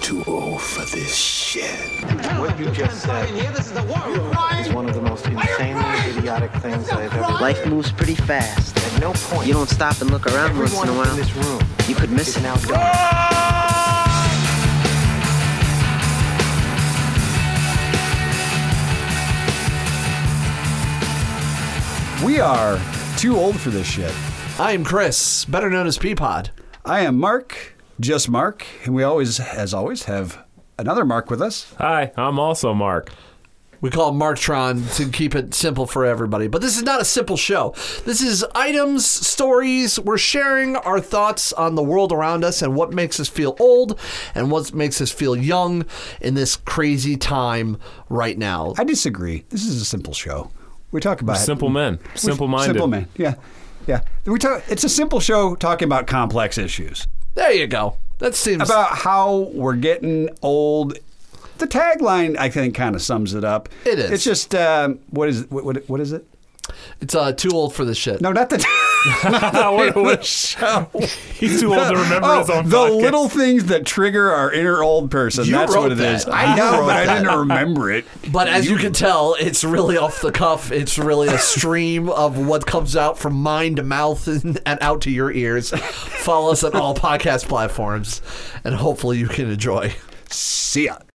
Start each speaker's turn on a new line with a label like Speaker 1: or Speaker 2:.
Speaker 1: too old for this shit.
Speaker 2: What you just said is one of the most insanely idiotic things I've ever.
Speaker 3: Life moves pretty fast.
Speaker 2: At no point.
Speaker 3: You don't stop and look around once in
Speaker 2: Everyone
Speaker 3: a
Speaker 2: in
Speaker 3: while.
Speaker 2: this room
Speaker 3: You could miss
Speaker 2: is
Speaker 3: it.
Speaker 2: now gone.
Speaker 4: We are too old for this shit.
Speaker 5: I am Chris, better known as Peapod.
Speaker 4: I am Mark, just Mark, and we always, as always, have another Mark with us.
Speaker 6: Hi, I'm also Mark.
Speaker 5: We call him Marktron to keep it simple for everybody. But this is not a simple show. This is items, stories. We're sharing our thoughts on the world around us and what makes us feel old and what makes us feel young in this crazy time right now.
Speaker 4: I disagree. This is a simple show. We talk about
Speaker 6: Simple men, simple minded.
Speaker 4: Uh, Simple man. Yeah, yeah. We talk. It's a simple show talking about complex issues,
Speaker 5: There you go. That seems
Speaker 4: about how we're getting old. The tagline, I think, kind of sums it up.
Speaker 5: It is.
Speaker 4: It's just um, what is what, what what is it?
Speaker 5: it's uh, too old for this shit.
Speaker 4: No, not the.
Speaker 6: What- what- He's too old to remember
Speaker 4: oh,
Speaker 6: his own
Speaker 4: the
Speaker 6: podcast.
Speaker 4: little things that trigger our inner old person.
Speaker 5: You
Speaker 4: That's
Speaker 5: wrote
Speaker 4: what it is.
Speaker 5: that.
Speaker 4: I
Speaker 5: You
Speaker 4: know,
Speaker 5: wrote
Speaker 4: but I
Speaker 5: that.
Speaker 4: didn't remember it.
Speaker 5: But as you can tell, it's really off the cuff. It's really a stream of what comes out from mind to mouth and, and out to your ears. Follow us on all podcast platforms, and hopefully you can enjoy.
Speaker 4: See ya.